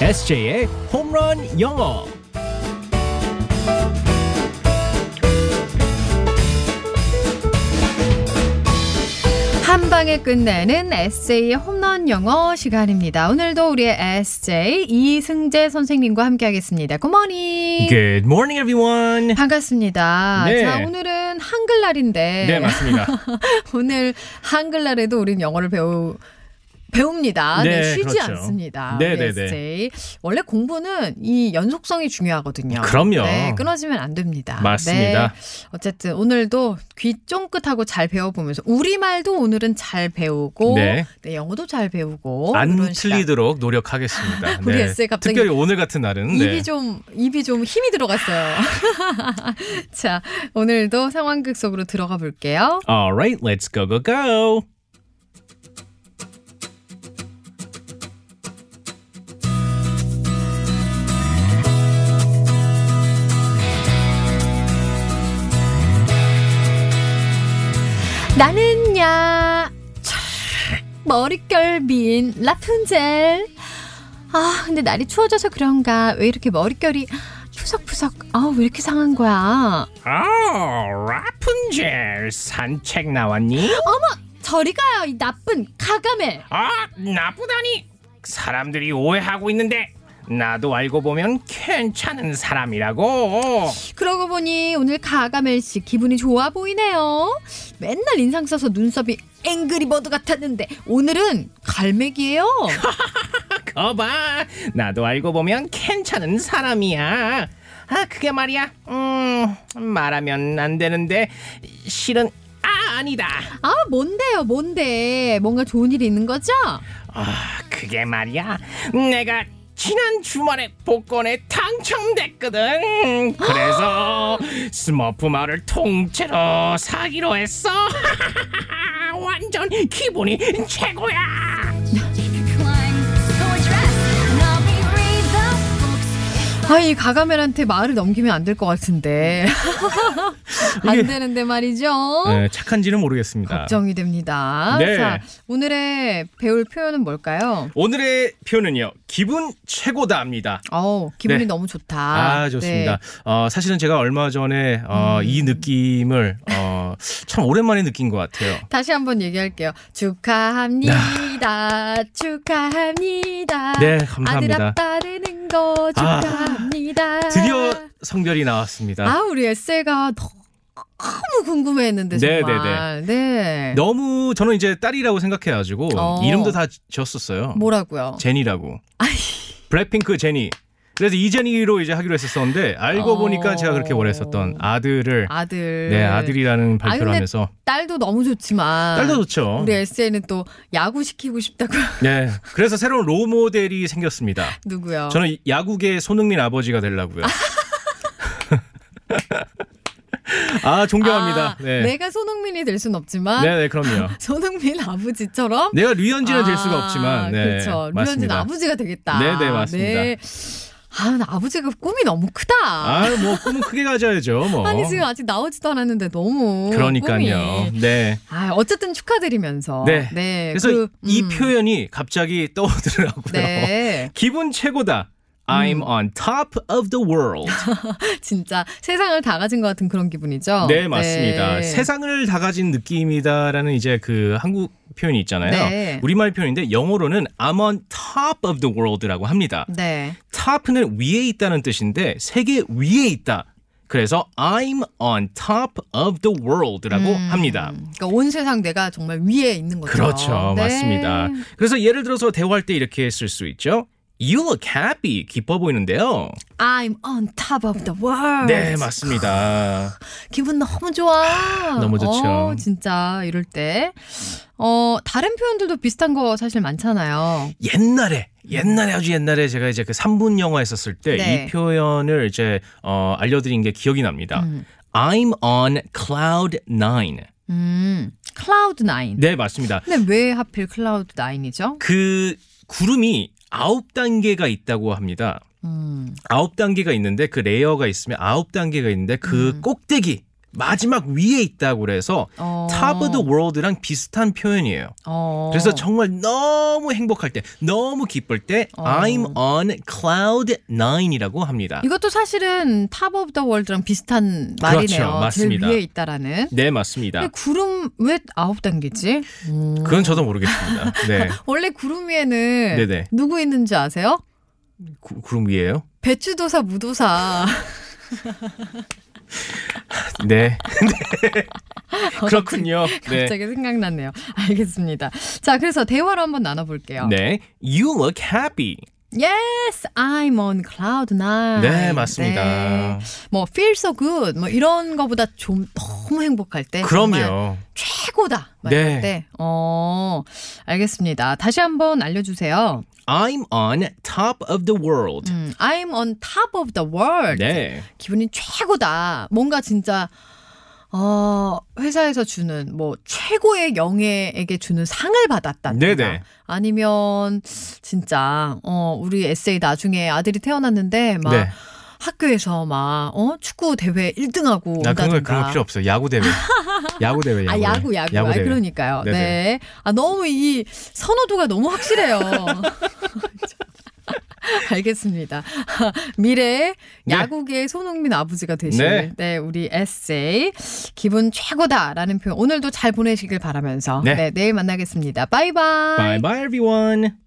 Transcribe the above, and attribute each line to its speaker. Speaker 1: SJ의 홈런 영어.
Speaker 2: 한 방에 끝내는 에세이의 홈런 영어 시간입니다. 오늘도 우리의 에세이 이승재 선생님과 함께하겠습니다. 굿모닝.
Speaker 1: Good morning, everyone.
Speaker 2: 반갑습니다.
Speaker 1: 예. 네.
Speaker 2: 자, 오늘은 한글날인데
Speaker 1: 네, 맞습니다.
Speaker 2: 오늘 한글날에도 우린 영어를 배우 배웁니다. 네,
Speaker 1: 네,
Speaker 2: 쉬지
Speaker 1: 그렇죠.
Speaker 2: 않습니다.
Speaker 1: 네,
Speaker 2: 우리
Speaker 1: 네, 네.
Speaker 2: 에세이. 원래 공부는 이 연속성이 중요하거든요.
Speaker 1: 그럼요.
Speaker 2: 네, 끊어지면 안 됩니다.
Speaker 1: 맞습니다.
Speaker 2: 네, 어쨌든 오늘도 귀 쫑긋하고 잘 배워보면서 우리말도 오늘은 잘 배우고
Speaker 1: 네.
Speaker 2: 네, 영어도 잘 배우고
Speaker 1: 안
Speaker 2: 이런 시간.
Speaker 1: 틀리도록 노력하겠습니다. 네.
Speaker 2: 우리 에세이 갑자기
Speaker 1: 특별히 오늘 같은 날은 네.
Speaker 2: 입이 좀 입이 좀 힘이 들어갔어요. 자, 오늘도 상황극 속으로 들어가 볼게요.
Speaker 1: All right, let's go go go.
Speaker 2: 나는야 촤악, 머릿결 빈 라푼젤 아 근데 날이 추워져서 그런가 왜 이렇게 머릿결이 푸석푸석 아왜 이렇게 상한 거야
Speaker 1: 아, 라푼젤 산책 나왔니?
Speaker 2: 저리 가요 이 나쁜 가가멜
Speaker 1: 아, 나쁘다니. 사람들이 오해하고 있는데 나도 알고 보면 괜찮은 사람이라고.
Speaker 2: 그러고 보니 오늘 가가멜 씨 기분이 좋아 보이네요 맨날 인상 써서 눈썹이 앵그리버드 같았는데 오늘은 갈매기예요
Speaker 1: 거봐 나도 알고 보면 괜찮은 사람이야 아 그게 말이야 음 말하면 안 되는데 실은 아 아니다
Speaker 2: 아 뭔데요 뭔데 뭔가 좋은 일이 있는 거죠?
Speaker 1: 아 그게 말이야 내가 지난 주말에 복권에 당첨됐거든 그래서 스머프 마을을 통째로 사기로 했어 완전 기분이 최고야
Speaker 2: 아이 가가멜한테 말을 넘기면 안 될 것 같은데 안
Speaker 1: 이게-
Speaker 2: 되는데 말이죠.
Speaker 1: 네, 착한지는 모르겠습니다
Speaker 2: 걱정이 됩니다.
Speaker 1: 네.
Speaker 2: 자 오늘의 배울 표현은 뭘까요?
Speaker 1: 오늘의 표현은요 기분 최고다입니다
Speaker 2: 어 기분이
Speaker 1: 네.
Speaker 2: 너무 좋다. 네.
Speaker 1: 아, 좋습니다. 어, 사실은 제가 얼마 전에 어, 이
Speaker 2: 음.
Speaker 1: 느낌을 어, 참 오랜만에 느낀 것 같아요.
Speaker 2: 다시 한번 얘기할게요. 축하합니다. 축하합니다.
Speaker 1: 아. 네, 감사합니다.
Speaker 2: 아들 앞다르는 거
Speaker 1: 아,
Speaker 2: 축하합니다.
Speaker 1: 드디어 성별이 나왔습니다.
Speaker 2: 아 우리 에세가 너무 궁금해했는데
Speaker 1: 네,
Speaker 2: 정말. 네.
Speaker 1: 너무 저는 이제 딸이라고 생각해가지고
Speaker 2: 어.
Speaker 1: 이름도 다 지었었어요.
Speaker 2: 뭐라고요?
Speaker 1: 제니라고. 블랙핑크 제니. 그래서 이 제니로 이제 하기로 했었었는데 알고
Speaker 2: 어.
Speaker 1: 보니까 제가 그렇게 원했었던 아들을
Speaker 2: 아들.
Speaker 1: 네 아들이라는 발표를
Speaker 2: 근데 아. 네.
Speaker 1: 하면서
Speaker 2: 딸도 너무 좋지만.
Speaker 1: 딸도 좋죠.
Speaker 2: 우리 SJ는 또 야구 시키고 싶다고
Speaker 1: 네 그래서 새로운 롤 모델이 생겼습니다.
Speaker 2: 누구요?
Speaker 1: 저는 야구계 손흥민 아버지가 되려고요. 아 존경합니다.
Speaker 2: 아,
Speaker 1: 네.
Speaker 2: 내가 손흥민이 될 순 없지만
Speaker 1: 네, 네, 그럼요.
Speaker 2: 손흥민 아버지처럼
Speaker 1: 내가 류현진은 될 수가
Speaker 2: 아,
Speaker 1: 없지만, 네,
Speaker 2: 그렇죠. 류현진
Speaker 1: 맞습니다.
Speaker 2: 아버지가 되겠다.
Speaker 1: 네, 네, 맞습니다.
Speaker 2: 네. 아, 나 아버지가 꿈이 너무 크다.
Speaker 1: 아, 뭐 꿈은 크게 가져야죠, 뭐.
Speaker 2: 니 지금 아직 나오지도 않았는데 너무
Speaker 1: 그러니까요.
Speaker 2: 꿈이.
Speaker 1: 네.
Speaker 2: 아, 어쨌든 축하드리면서
Speaker 1: 네. 그래서
Speaker 2: 그,
Speaker 1: 이
Speaker 2: 음,
Speaker 1: 표현이 갑자기 떠오르더라고요.
Speaker 2: 네. 음.
Speaker 1: 기분 최고다. I'm on top of the world.
Speaker 2: 진짜 세상을 다 가진 것 같은 그런 기분이죠.
Speaker 1: 네, 맞습니다.
Speaker 2: 네.
Speaker 1: 세상을 다 가진 느낌이다라는 이제 그 한국 표현이 있잖아요.
Speaker 2: 네.
Speaker 1: 우리말 표현인데 영어로는 I'm on top of the world라고 합니다.
Speaker 2: 네.
Speaker 1: top는 위에 있다는 뜻인데 세계 위에 있다. 그래서 I'm on top of the world라고 합니다.
Speaker 2: 그러니까 온 세상 내가 정말 위에 있는 거죠.
Speaker 1: 그렇죠.
Speaker 2: 네.
Speaker 1: 맞습니다. 그래서 예를 들어서 대화할 때 이렇게 쓸 수 있죠. You look happy. 기뻐 보이는데요.
Speaker 2: I'm on top of the world.
Speaker 1: 네, 맞습니다.
Speaker 2: 기분 너무 좋아.
Speaker 1: 너무 좋죠.
Speaker 2: 어, 진짜 이럴 때. 어, 다른 표현들도 비슷한 거 사실 많잖아요.
Speaker 1: 옛날에 옛날에 아주 옛날에 제가 이제 그 3분 영화 했었을 때 이
Speaker 2: 네.
Speaker 1: 표현을 이제 어 알려드린 게 기억이 납니다. I'm on cloud nine.
Speaker 2: 음. 클라우드 나인.
Speaker 1: 네, 맞습니다.
Speaker 2: 근데 왜 하필 클라우드 나인이죠?
Speaker 1: 그 구름이 아홉 단계가 있다고 합니다.
Speaker 2: 음.
Speaker 1: 아홉 단계가 있는데 그 레이어가 있으면 아홉 단계가 있는데 그 꼭대기 마지막 위에 있다고 그래서
Speaker 2: 음. 어.
Speaker 1: top of the world랑 비슷한 표현이에요.
Speaker 2: 어.
Speaker 1: 그래서 정말 너무 행복할 때, 너무 기쁠 때
Speaker 2: 어.
Speaker 1: I'm on cloud 9이라고 합니다.
Speaker 2: 이것도 사실은 탑 오브 더 월드랑 비슷한 말이네요.
Speaker 1: 그렇죠. 맞습니다.
Speaker 2: 제일 위에 있다라는.
Speaker 1: 네,
Speaker 2: 근데
Speaker 1: 맞습니다.
Speaker 2: 구름 왜 아홉 단계지? 음.
Speaker 1: 그건 저도 모르겠습니다. 네.
Speaker 2: 원래 구름 위에는
Speaker 1: 네네.
Speaker 2: 누구 있는지 아세요?
Speaker 1: 구, 구름 위에요?
Speaker 2: 배추도사 무도사.
Speaker 1: 네. 그렇군요. 네.
Speaker 2: 갑자기 생각났네요. 알겠습니다. 자, 그래서 대화로 한번 나눠볼게요.
Speaker 1: 네. You look happy.
Speaker 2: Yes, I'm on cloud nine.
Speaker 1: 네, 맞습니다.
Speaker 2: 네. 뭐 feel so good, 뭐 이런 거보다 좀 너무 행복할 때. 네, 정말
Speaker 1: 그럼요.
Speaker 2: 최고다. 막
Speaker 1: 네.
Speaker 2: 이럴 때. 어, 알겠습니다. 다시 한번 알려주세요.
Speaker 1: I'm on top of the world.
Speaker 2: 음, I'm on top of the world.
Speaker 1: 네.
Speaker 2: 기분이 최고다. 뭔가 진짜 어, 회사에서 주는 뭐 최고의 영예에게 주는 상을 받았다든가
Speaker 1: 네네.
Speaker 2: 아니면 진짜 어, 우리 에세이 나중에 아들이 태어났는데 막
Speaker 1: 네.
Speaker 2: 학교에서 막 어, 축구 대회 1등하고
Speaker 1: 나 그런 거 그런 거
Speaker 2: 그렇죠. 온다든가.
Speaker 1: 필요 없어요. 야구 대회. 야구 대회.
Speaker 2: 아, 야구, 야구. 아,
Speaker 1: 대회.
Speaker 2: 그러니까요. 네
Speaker 1: 네네.
Speaker 2: 아, 너무 이 선호도가 너무 확실해요. 알겠습니다. 미래의
Speaker 1: 네.
Speaker 2: 야구계의 손흥민 아버지가 되실 네.
Speaker 1: 네.
Speaker 2: 우리 에세이 기분 최고다라는 표현 오늘도 잘 보내시길 바라면서 네,
Speaker 1: 네.
Speaker 2: 내일 만나겠습니다. 바이바이.
Speaker 1: Bye bye everyone.